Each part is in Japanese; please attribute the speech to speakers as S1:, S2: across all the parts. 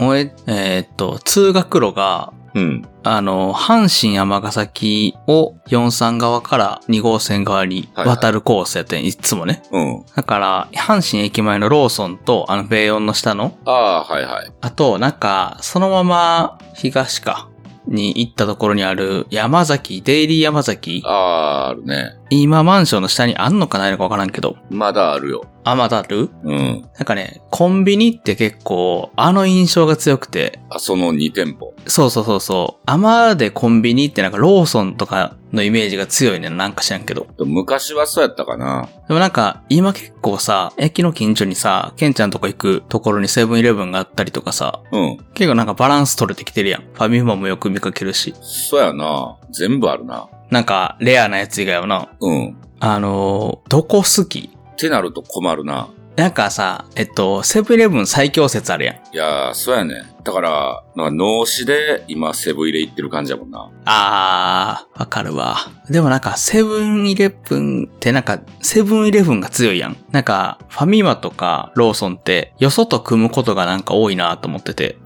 S1: の、え、えーっと、通学路が、
S2: うん。
S1: あの、阪神尼崎を43側から2号線側に渡るコースやってん、いつもね。
S2: うん。
S1: だから、阪神駅前のローソンと、あの、米音の下の、
S2: ああー、はいはい。
S1: あと、なんか、そのまま、東か、に行ったところにある、山崎、デイリー山崎
S2: あ、あ、あるね。
S1: 今マンションの下にあんのかないのかわからんけど、
S2: まだあるよ。
S1: あまだある
S2: うん。
S1: なんかね、コンビニって結構、あの印象が強くて、
S2: あ、その2店舗。
S1: そうそうそうそう。アマでコンビニってなんかローソンとかのイメージが強いねんなんか知らんけど。
S2: でも昔はそうやったかな。
S1: でもなんか今結構さ、駅の近所にさ、ケンちゃんとこ行くところにセブンイレブンがあったりとかさ、
S2: うん。
S1: 結構なんかバランス取れてきてるやん。ファミマもよく見かけるし。
S2: そうやな。全部あるな。
S1: なんかレアなやつ以外はな。
S2: うん。
S1: あのーどこ好き
S2: ってなると困るな。
S1: なんかさ、えっと、セブンイレブン最強説あるやん。
S2: いやー、そうやね。だから、なんか脳死で今セブン入れ行ってる感じやもんな。
S1: あー、わかるわ。でもなんか、セブンイレブンってなんか、セブンイレブンが強いやん。なんか、ファミマとかローソンって、よそと組むことがなんか多いなと思ってて。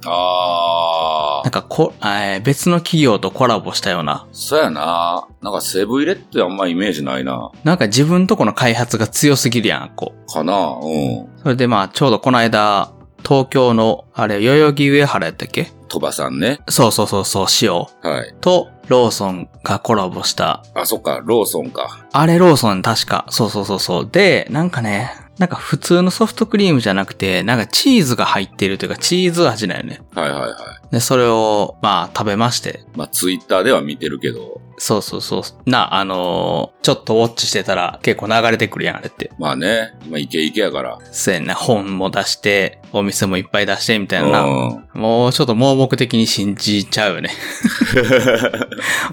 S2: あ
S1: なん
S2: ー、
S1: かこ、えー別の企業とコラボしたような。
S2: そうやな。なんかセブン入れってあんまイメージないな。
S1: なんか自分とこの開発が強すぎるやん、こう。
S2: かなうん。
S1: それでまあ、ちょうどこの間、東京の、あれ、代々木上原やったっけ
S2: 鳥羽さんね。
S1: そうそうそうそう、塩
S2: はい。
S1: とローソンがコラボした
S2: あ、そっか、ローソンか。
S1: あれローソン確か。そうそうそうそう。で、なんかね、なんか普通のソフトクリームじゃなくて、なんかチーズが入ってるというかチーズ味だよね。
S2: はいはいはい。
S1: で、それを、まあ食べまして。
S2: まあ、ツイッターでは見てるけど、
S1: そうそうそう。な、あのーちょっとウォッチしてたら結構流れてくるやん、あれって。
S2: まあね、今イケイケやから。
S1: せやんな、本も出して、お店もいっぱい出して、みたいな。
S2: うん。
S1: もうちょっと盲目的に信じちゃうよ ね。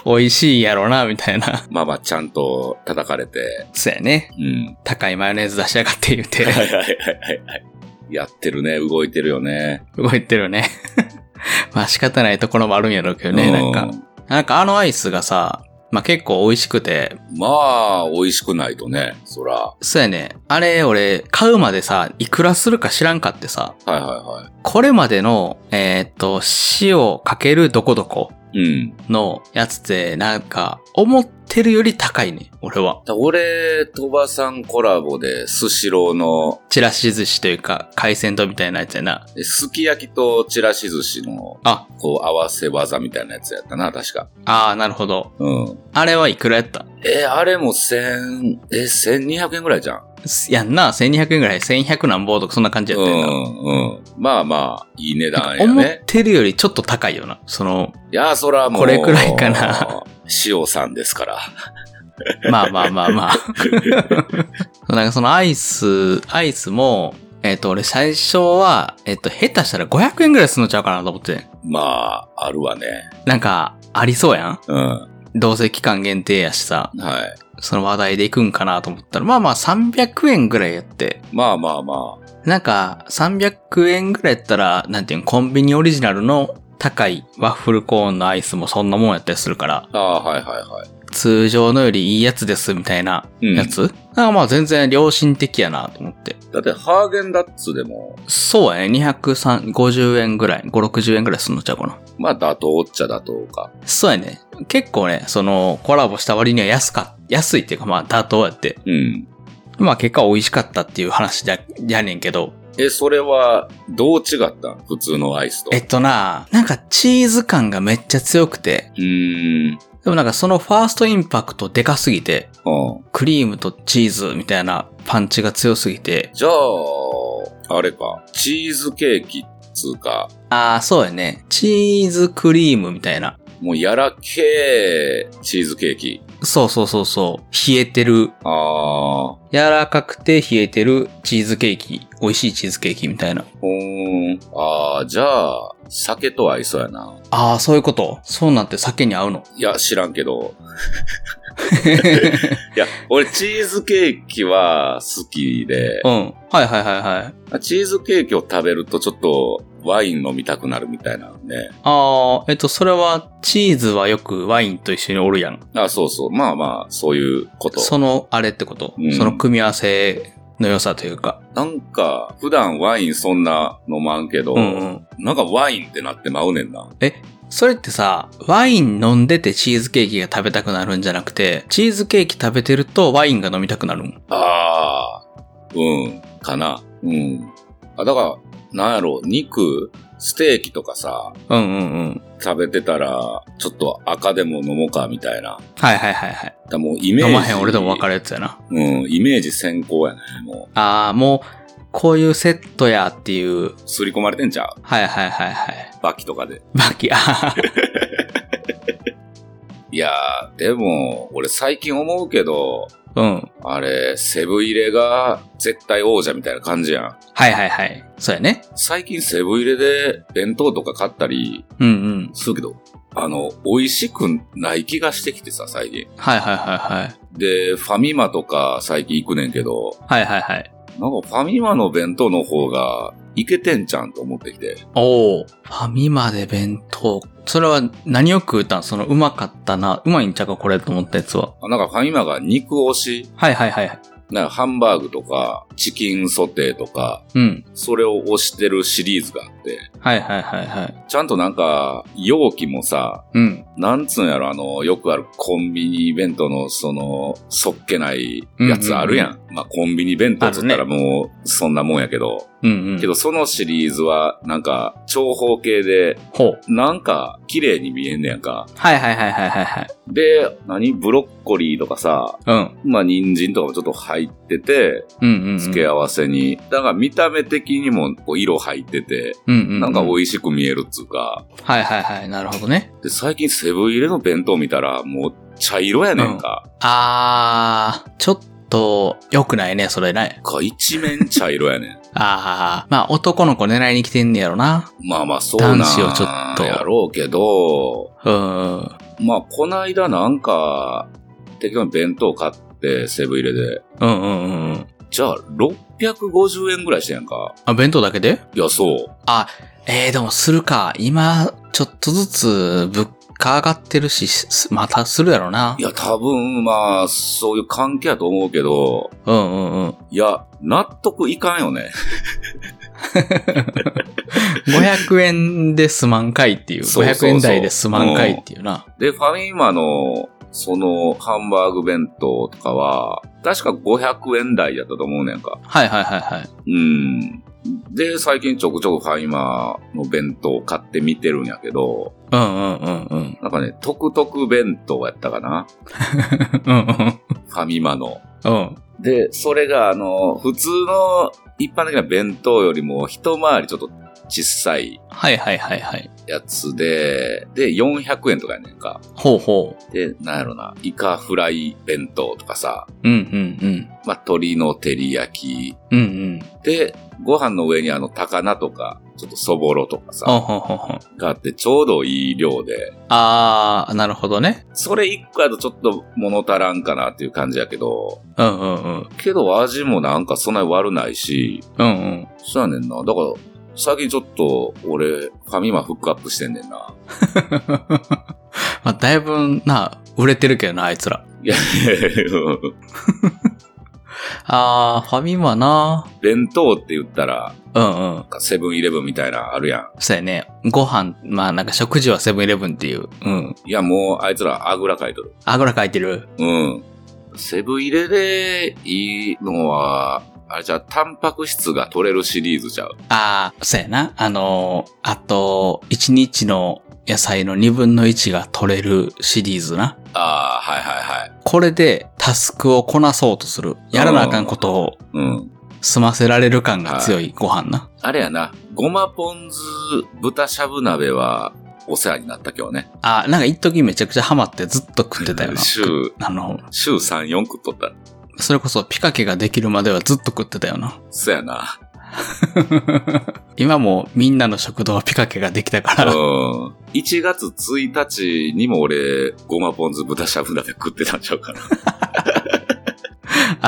S1: 美味しいやろな、みたいな。
S2: まあまあ、ちゃんと叩かれて、
S1: そうやね。
S2: うん。
S1: 高いマヨネーズ出しやがって言うて。
S2: はいはいはいはいはい。やってるね、動いてるよね。
S1: 動いてるね。 まあ仕方ないところもあるんやろうけどね、なんか
S2: う。
S1: なんかあのアイスがさ、まあ結構美味しくて、
S2: まあ、美味しくないとね、そら。は
S1: そうやね。あれ俺、買うまでさ、いくらするか知らんかってさ、
S2: いはいは
S1: これまでの、えーっと、塩かけるどこどこ
S2: い。うん。
S1: のやつって、なんか、思ってるより高いね、俺は。
S2: だ俺、鳥羽さんコラボで、スシローの、
S1: ちらし寿司というか、海鮮丼みたいなやつやな。
S2: えすき焼きとちらし寿司の、
S1: あ、
S2: こう、合わせ技みたいなやつやったな、確か。
S1: あーなるほど。
S2: うん。
S1: あれはいくらやった
S2: え、あれも千、え、千二百円ぐらいじゃん。
S1: やんな、1200円ぐらい、1100なんぼとかそんな感じやったよな。
S2: うん、うん。まあまあ、いい値段や
S1: 思っ
S2: ね。
S1: てるよりちょっと高いよな。その、
S2: いや、そらもう。
S1: これくらいかな。
S2: 塩さんですから。
S1: まあまあまあま あ。なんかそのアイス、アイスも、えっ、と、俺最初は、えっ、と、下手したら500円ぐらいすんのちゃうかなと思って。
S2: まあ、あるわね。
S1: なんか、ありそうやん
S2: うん。
S1: どうせ期間限定やしさ、
S2: はい。
S1: その話題で行くんかなと思ったら、まあまあ300円ぐらいやって。
S2: まあまあまあ。
S1: なんか、300円ぐらいやったら、なんていうん、コンビニオリジナルの高いワッフルコーンのアイスもそんなもんやったりするから、
S2: ああー、はいはいはい。
S1: 通常のよりいいやつです、みたいな
S2: うん。
S1: やつ、なんかまあ全然良心的やなと思って。
S2: だって、ハーゲンダッツでも、
S1: そうやね。250円ぐらい、5、60円ぐらいすんのちゃうかな。
S2: まあ、妥当っちゃ妥当か。
S1: そうやね。結構ね、その、コラボした割には安か、安いっていうかまあ妥当やって。
S2: うん。
S1: まあ結果美味しかったっていう話じゃ、やねんけど。
S2: え、それは、どう違った普通のアイスと。
S1: えっとな、なんかチーズ感がめっちゃ強くて、
S2: うーん。
S1: でもなんかそのファーストインパクトでかすぎて、
S2: うん。
S1: クリームとチーズみたいなパンチが強すぎて、
S2: じゃあ、あれか。チーズケーキっつうか、
S1: ああ、そうやね。チーズクリームみたいな。
S2: もう、やらけーチーズケーキ。
S1: そうそうそうそう。冷えてる。
S2: ああ。
S1: 柔らかくて冷えてるチーズケーキ。美味しいチーズケーキみたいな。
S2: ほーん。ああ、じゃあ、酒と合いそうやな。
S1: ああ、そういうこと。そうなんて酒に合うの。
S2: いや、知らんけど。 いや、俺、チーズケーキは好きで
S1: う、ん。はいはいはいはい。
S2: チーズケーキを食べるとちょっとワイン飲みたくなるみたいなのね。
S1: ああ、えっと、それは、チーズはよくワインと一緒におるやん。
S2: あそうそう。まあまあ、そういうこと。
S1: その、あれってこと、
S2: うん
S1: その組み合わせの良さというか。
S2: なんか、普段ワインそんな飲まんけど、
S1: うんうん。
S2: なんかワインってなってまうねんな。
S1: それってさ、ワイン飲んでてチーズケーキが食べたくなるんじゃなくて、チーズケーキ食べてるとワインが飲みたくなるん
S2: あー、うん、かな。うん。あ、だから、なんやろう、肉、ステーキとかさ、
S1: うんうんうん。
S2: 食べてたら、ちょっと赤でも飲もうか、みたいな。
S1: はいはいはいはい。
S2: だからもうイメージ。
S1: 飲まへん俺でも分かるやつやな。
S2: うん、イメージ先行やね。も
S1: ああ、もう、こういうセットやっていう。
S2: う、刷り込まれてんちゃう
S1: はいはいはいはい。
S2: バキとかで。
S1: バキ、あははい
S2: やー、でも、俺最近思うけど、
S1: うん。
S2: あれ、セブ入れが絶対王者みたいな感じやん。
S1: はいはいはい。そうやね。
S2: 最近セブ入れで弁当とか買ったり
S1: うんうん。
S2: するけど、あの、美味しくない気がしてきてさ、最近。
S1: はいはいはいはい。
S2: で、ファミマとか最近行くねんけど、
S1: はいはいはい。
S2: なんかファミマの弁当の方がいけてんじゃんと思ってきて。
S1: おお。ファミマで弁当。それは何を食うたんそのうまかったな。うまいんちゃうかこれと思ったやつは。
S2: あなんかファミマが肉推し、
S1: はいはいはい。
S2: なんかハンバーグとか、チキンソテーとか、
S1: うん。
S2: それを推してるシリーズがあって、
S1: はいはいはいはい。
S2: ちゃんとなんか、容器もさ、
S1: うん。
S2: なんつうんやろ、あの、よくあるコンビニ弁当の、その、そっけないやつあるやん。まあ、コンビニ弁当っつったら
S1: ある
S2: もう、そんなもんやけど。
S1: うんうん。
S2: けど、そのシリーズは、なんか、長方形で、
S1: ほう。
S2: なんか、綺麗に見えんねやんか。
S1: はいはいはいはいはいはい。
S2: で、何ブロッコリーとかさ、
S1: うん。
S2: まあ、人参とかもちょっと入ってて、
S1: うんうん、うん。
S2: 付け合わせに。だから、見た目的にも、こう、色入ってて、
S1: うんうん、うん。
S2: なんか美
S1: い。
S2: 味しく見えるっつうか。
S1: はいはいはい。なるほどね。
S2: で、最近セブン入れの弁当見たら、もう、茶色やねんか。
S1: あー、ちょっと、良くないね、それね。
S2: か、一面茶色やねん。
S1: あー、まあ男の子狙いに来てんねやろな。
S2: まあまあ、そうなん
S1: 男子をちょっと
S2: やろうけど、
S1: うーん。
S2: まあ、こないだなんか、適当に弁当買って、セブン入れで。
S1: うんうんうんうん。
S2: じゃあ、650円ぐらいしてんやんか。
S1: あ、弁当だけで
S2: いや、そう。。
S1: えー、でもするか。今、ちょっとずつ物価上がってるし、すまたするやろない
S2: や、多分、まあ、そういう関係やと思うけど、
S1: うんうんうん。
S2: いや、納得いかんよね。
S1: 500円で済まんかいっていう。
S2: そうそうそう
S1: 500円台ですまんかいっていうな。
S2: で、ファミマの、その、ハンバーグ弁当とかは、確か500円台やったと思うねんか。
S1: はいはいはいはい。
S2: うん。で、最近ちょくちょくファイマーの弁当を買ってみてるんやけど、
S1: うんうんうんうん。
S2: なんかね、トクトク弁当やったかな
S1: うんうん
S2: ファミマの。
S1: うん。うん。
S2: で、それがあの、普通の一般的な弁当よりも一回りちょっと小さい
S1: はいはいはいはい。
S2: やつで、で、400円とかやねんか。
S1: ほうほう。
S2: で、なんやろな、イカフライ弁当とかさ、
S1: うんうんうん。
S2: まあ、鶏の照り焼き。
S1: うんうん。
S2: で、ご飯の上にあの、高菜とか、ちょっとそぼろとか
S1: あ
S2: さ、
S1: ほうほうほう。
S2: があってちょうどいい量で、
S1: あー、なるほどね。
S2: それ一個やとちょっと物足らんかなっていう感じやけど、
S1: うんうんうん。
S2: けど味もなんかそんなに悪ないし、
S1: うんうん。
S2: そうやねんな。だから、最近ちょっと俺、ファミマフックアップしてんねんな。
S1: まあ、だいぶな、売れてるけどな、あいつら。
S2: いや、うん
S1: あー、ファミマな。
S2: 弁当って言ったら、
S1: うんうん
S2: なん。かセブンイレブンみたいなのあるやん。
S1: そうやね。ご飯、まあなんか食事はセブンイレブンっていう。うん。
S2: いや、もうあいつらあぐらかいとる。
S1: あぐらかいてる。
S2: うん。セブンイレでいいのは、あれじゃあ、タンパク質が取れるシリーズちゃう。
S1: あー、そうやな。あのー、あと、1日の野菜の2分の1が取れるシリーズな。
S2: ああ、はいはいはい。
S1: これでタスクをこなそうとする。やらなあかんことを
S2: うん。
S1: 済ませられる感が強いご飯な。
S2: あれやな、ごまポン酢豚しゃぶ鍋はお世話になった今日ね。
S1: あ、なんか一時めちゃくちゃハマってずっと食ってたよな。
S2: 週、
S1: あの、
S2: 週3、4食っとった。
S1: それこそピカケができるまではずっと食ってたよな。
S2: そやな。
S1: 今もみんなの食堂はピカケができた から。
S2: うん。1月1日にも俺、ごまポン酢豚しゃぶ鍋食ってたんちゃうかな。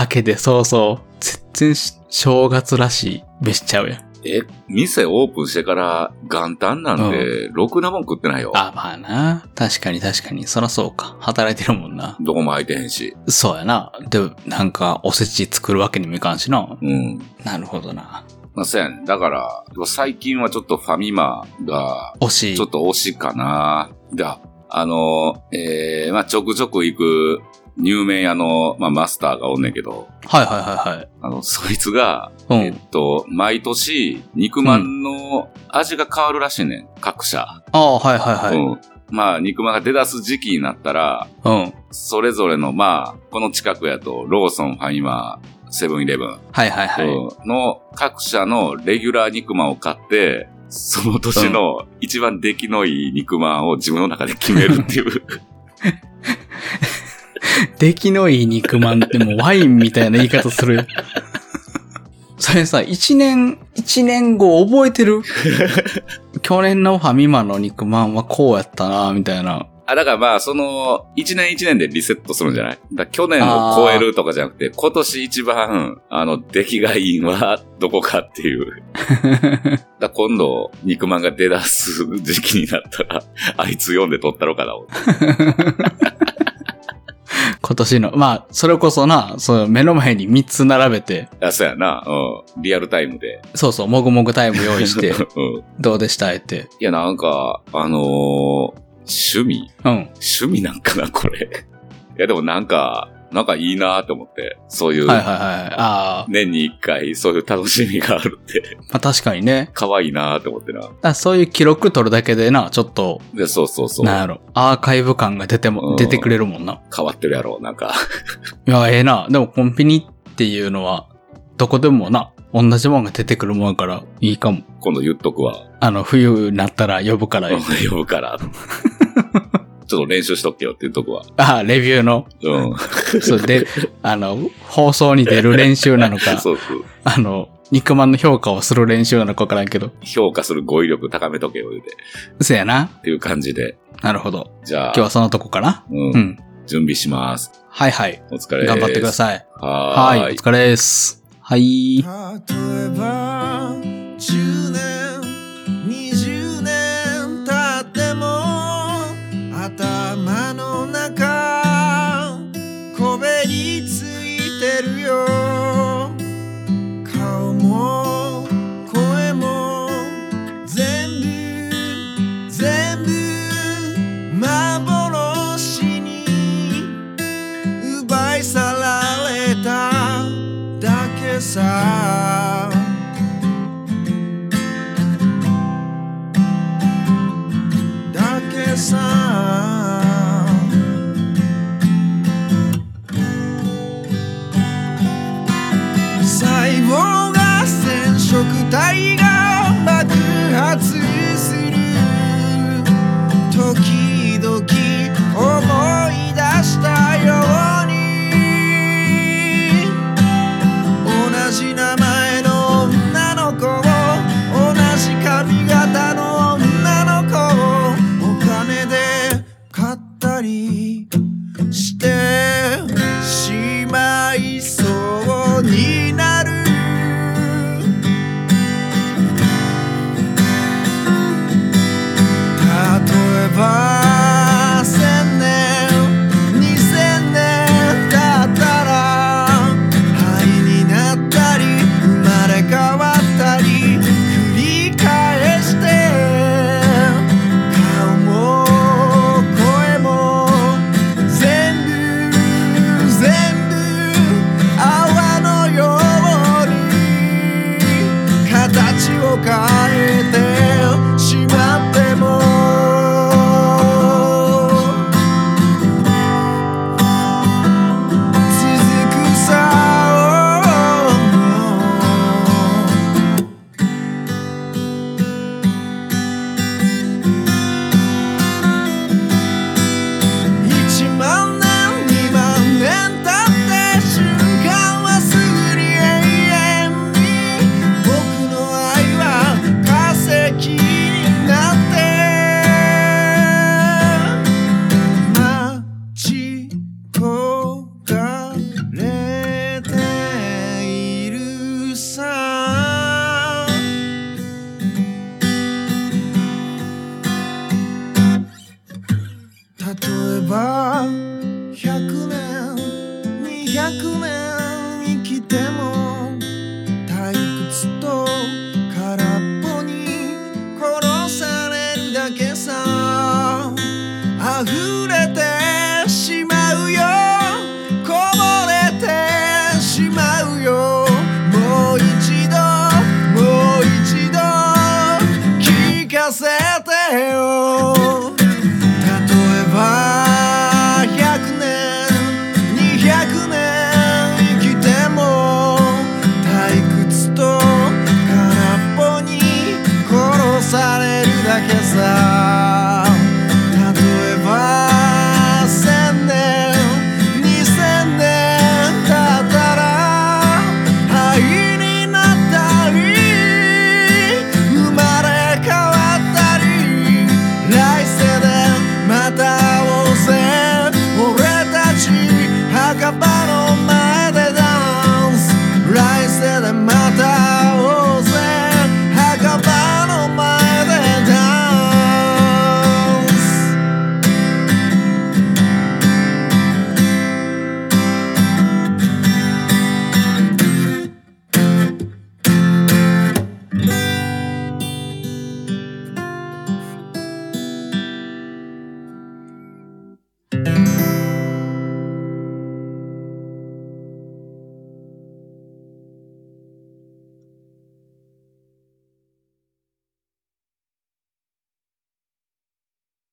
S1: 明けてそうそう。全然し正月らしい飯ちゃうやん。
S2: え、店オープンしてから元旦なんて、ろくなもん食ってないよ。
S1: あ、まあな。確かに確かに。そらそうか。働いてるもんな。
S2: どこも空いてへんし。
S1: そうやな。でも、なんか、おせち作るわけにもいかんしな。
S2: うん。
S1: なるほどな。
S2: まあ、そうやねんだから、最近はちょっとファミマが、
S1: 惜しい。
S2: ちょっと推しかな。だ、あの、えー、まあ、ちょくちょく行く、入麺屋の、まあ、マスターがおんねんけど、
S1: はいはいはい
S2: あの、 そいつが、
S1: はい。う
S2: え
S1: ん。
S2: っと、毎年、肉まんの味が変わるらしいねん。各社。
S1: ああ、はいはいはい。
S2: うん。まあ、肉まんが出だす時期になったら、
S1: うん。
S2: それぞれの、まあ、この近くやと、ローソン、ファミマ、セブンイレブン
S1: はいはいはい。
S2: うんの各社のレギュラー肉まんを買って、その年の一番出来のいい肉まんを自分の中で決めるっ ていう。
S1: 出来のいい肉まんってもうワインみたいな言い方す る。それさ、一年、一年後覚えて る去年のファミマの肉まんはこうやったな、みたいな。
S2: あ、だからまあ、その、一年一年でリセットするんじゃないだから去年を超えるとかじゃなくて、今年一番、あの、出来がいいのはどこかっ ていう。だから今度、肉まんが出だす時期になったら、 あいつ読んで撮ったろかな。
S1: 今年の。まあ、それこそな、そう、目の前に3つ並べて、
S2: あ、そうやな。うん。リアルタイム で。
S1: そうそう、もぐもぐタイム用意して
S2: う、ん。
S1: どうでしたって。
S2: いや、なんか、あのー趣味
S1: うん。
S2: 趣味なんかな、これ。 いや、でもなんか、なんかいいなと思って。そういう、
S1: はいはいはい。ああ、
S2: 年に一回、そういう楽しみがあるって、
S1: まあ確かにね。
S2: 可愛いなと思ってな。
S1: あそういう記録取るだけでな、ちょっと、
S2: で、そうそうそう。
S1: なんやろ、アーカイブ感が出て
S2: うん
S1: も、出てくれるもんな。
S2: 変わってるやろ、なんか。
S1: いや、ええな。でもコンビニっていうのは、どこでもな、同じもんが出てくるもんやから、いいかも。
S2: 今度言っとくわ。
S1: あの、冬になったら呼ぶから、
S2: うん 呼ぶ から。ちょっと練習しとけよって言っとくわ。
S1: あ、レビューの、
S2: うん。
S1: そう で、あの、放送に出る練習なのか、
S2: そうそう。
S1: あの、肉まんの評価をする練習なのかわからんけど。
S2: 評価する語彙力高めとけよ、言うて。
S1: せやな。
S2: っていう感じで。
S1: なるほど。
S2: じゃあ、
S1: 今日はそのとこかな。
S2: う、
S1: うんん。
S2: 準備します。
S1: はいはい。
S2: お疲れです
S1: 頑張ってください。
S2: は
S1: はい
S2: ーい。。
S1: お疲れです。はい。
S3: 例えば10年20年経っても頭の中こべりついてるよ顔も声も全部全部幻に奪い去られただけさだけさ細胞が染色体が爆発する時々思い出したように同じ名前の女の子を同じ髪型の女の子をお金で買ったりしてしまいそうになるうよ